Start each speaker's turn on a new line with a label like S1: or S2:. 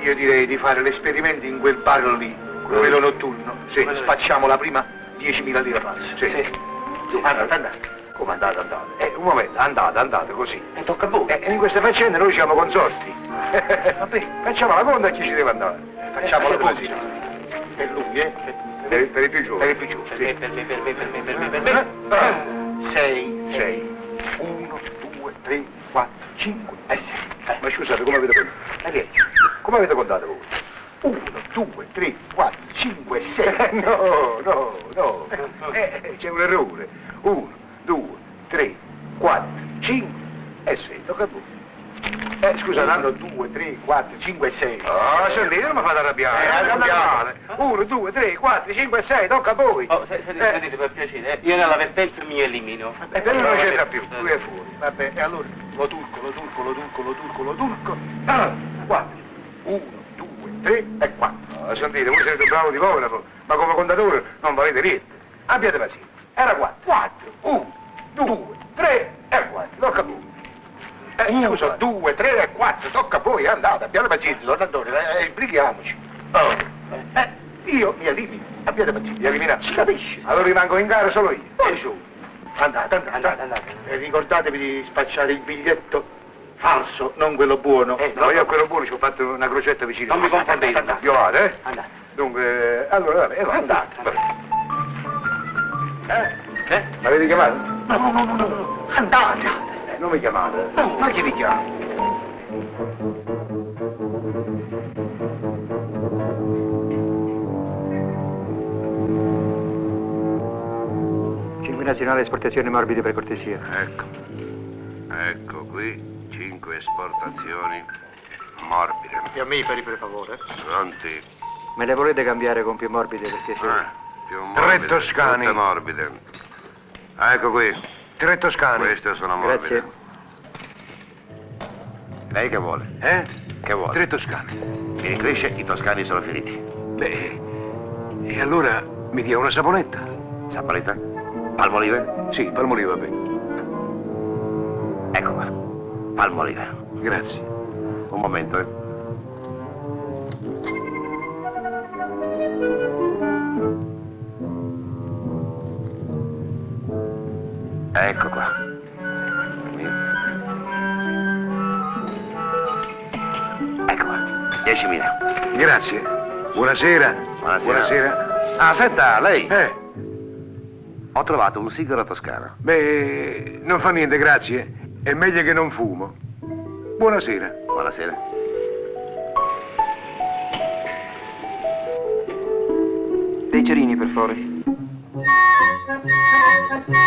S1: Io direi di fare l'esperimento in quel bar lì,
S2: Quello-
S1: quello notturno. Eh. Sì,
S2: Quello lì.
S1: spacciamo la prima 10.000 lire false.
S2: Sì. Sì.
S1: Andate, andate.
S2: Come andate, andate?
S1: Eh, un momento, andate, andate così.
S2: E tocca a voi.
S1: Eh, in queste faccende noi siamo consorti.
S2: Vabbè.
S1: Facciamo la conta a chi ci deve andare. Facciamo la
S2: Eh,
S1: conta.
S2: così.
S1: Per lui, eh? Per, per i più giovani. Per i più giovani.
S2: Per
S1: sì.
S2: me, per me, per me, per me, per me, per me. Sei.
S1: Eh, Sei. Uno, due, tre, quattro, cinque e sei. Ma scusate, come avete contato? Eh, Come avete contato voi? Uno, due, tre, quattro, cinque, sei. Eh, No, no, no. Eh, eh, c'è un errore. Uno, due, tre, quattro, cinque e sei. Tocca a voi. Eh, scusate, hanno due, tre, quattro, cinque e sei.
S2: Ah,
S1: sentite, non mi fate arrabbiare.
S2: Eh,
S1: arrabbiare.
S2: arrabbiare.
S1: Uno, due, tre, quattro, cinque e sei. Tocca a voi.
S2: Oh, se, se,
S1: Eh.
S2: sentite, per piacere, eh, io nella vertenza mi elimino.
S1: E per lui non c'entra più,
S2: Eh.
S1: lui è fuori. Vabbè, e allora lo turco, lo turco, lo turco, lo turco, lo turco. Ah, quattro. Uno, due, tre e quattro. Ah, sentite, voi siete bravo di povera, ma come contatore non valete niente. Abbiate pazienza. Era quattro. Quattro. Uno, due, tre e quattro. Tocca a voi. Eh, scusa, due, tre e quattro, tocca a voi, eh, andate, abbiate pazienza, don Antonio, eh, eh, sbrighiamoci. Oh. Eh, io mi elimino, abbiate pazienza, mi eliminate. Si capisce? Allora rimango in gara solo io.
S2: Eh, su.
S1: Andate, andate, andate, andate. E Eh, ricordatevi di spacciare il biglietto falso, non quello buono.
S2: Eh,
S1: no,
S2: no,
S1: io
S2: no.
S1: a quello buono ci ho fatto una crocetta vicino.
S2: Non mi confondete.
S1: Andate, andate, Io vado, eh?
S2: Andate.
S1: Dunque, eh, allora, vabbè, eh, va, andate.
S2: Andate.
S1: vabbè.
S2: Eh?
S1: Eh? M'avete chiamato?
S2: No, no, no, no, no, no. Andate.
S1: Eh, Non mi chiamate.
S2: No.
S1: Ma chi vi chiama?
S3: Cinque nazionale esportazione morbide per cortesia.
S4: Ecco, ecco qui cinque esportazioni morbide.
S1: E a me per per favore.
S4: Pronti?
S3: Me le volete cambiare con più morbide per piacere?
S4: Ah, più
S5: Tre
S4: morbide.
S5: toscani.
S4: tutte morbide. Ah, ecco qui,
S5: Tre toscani.
S4: queste sono morbide.
S3: Grazie.
S4: Lei che vuole?
S5: Eh?
S4: Che vuole?
S5: Tre toscani.
S4: Mi ricresce, i toscani sono finiti.
S5: Beh, e allora mi dia una saponetta?
S4: Saponetta? Palmolive?
S5: Sì, palmolive va bene.
S4: Ecco qua, palmolive.
S5: Grazie.
S4: Un momento, eh. Ecco qua. Ecco qua, 10.000.
S5: Grazie. Buonasera.
S4: Buonasera.
S5: Buonasera.
S4: Ah, senta, lei.
S5: Eh,
S4: Ho trovato un sigaro toscano.
S5: beh, non fa niente, grazie. È meglio che non fumo. Buonasera.
S4: Buonasera.
S3: Dei cerini, per favore.